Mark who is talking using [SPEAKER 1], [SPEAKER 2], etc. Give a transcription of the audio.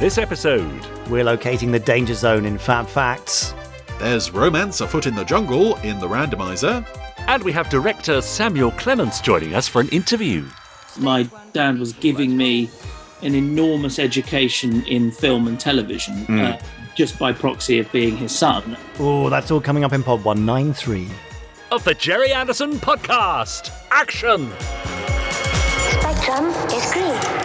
[SPEAKER 1] This episode,
[SPEAKER 2] We're locating the danger zone in Fab Facts.
[SPEAKER 3] There's romance afoot in the jungle in the randomizer.
[SPEAKER 1] and we have director Samuel Clements joining us for an interview.
[SPEAKER 4] my dad was giving me an enormous education in film and television uh, just by proxy of being his son.
[SPEAKER 2] Oh, that's all coming up in Pod 193.
[SPEAKER 1] Of the Jerry Anderson podcast. Action!
[SPEAKER 5] Spectrum is green.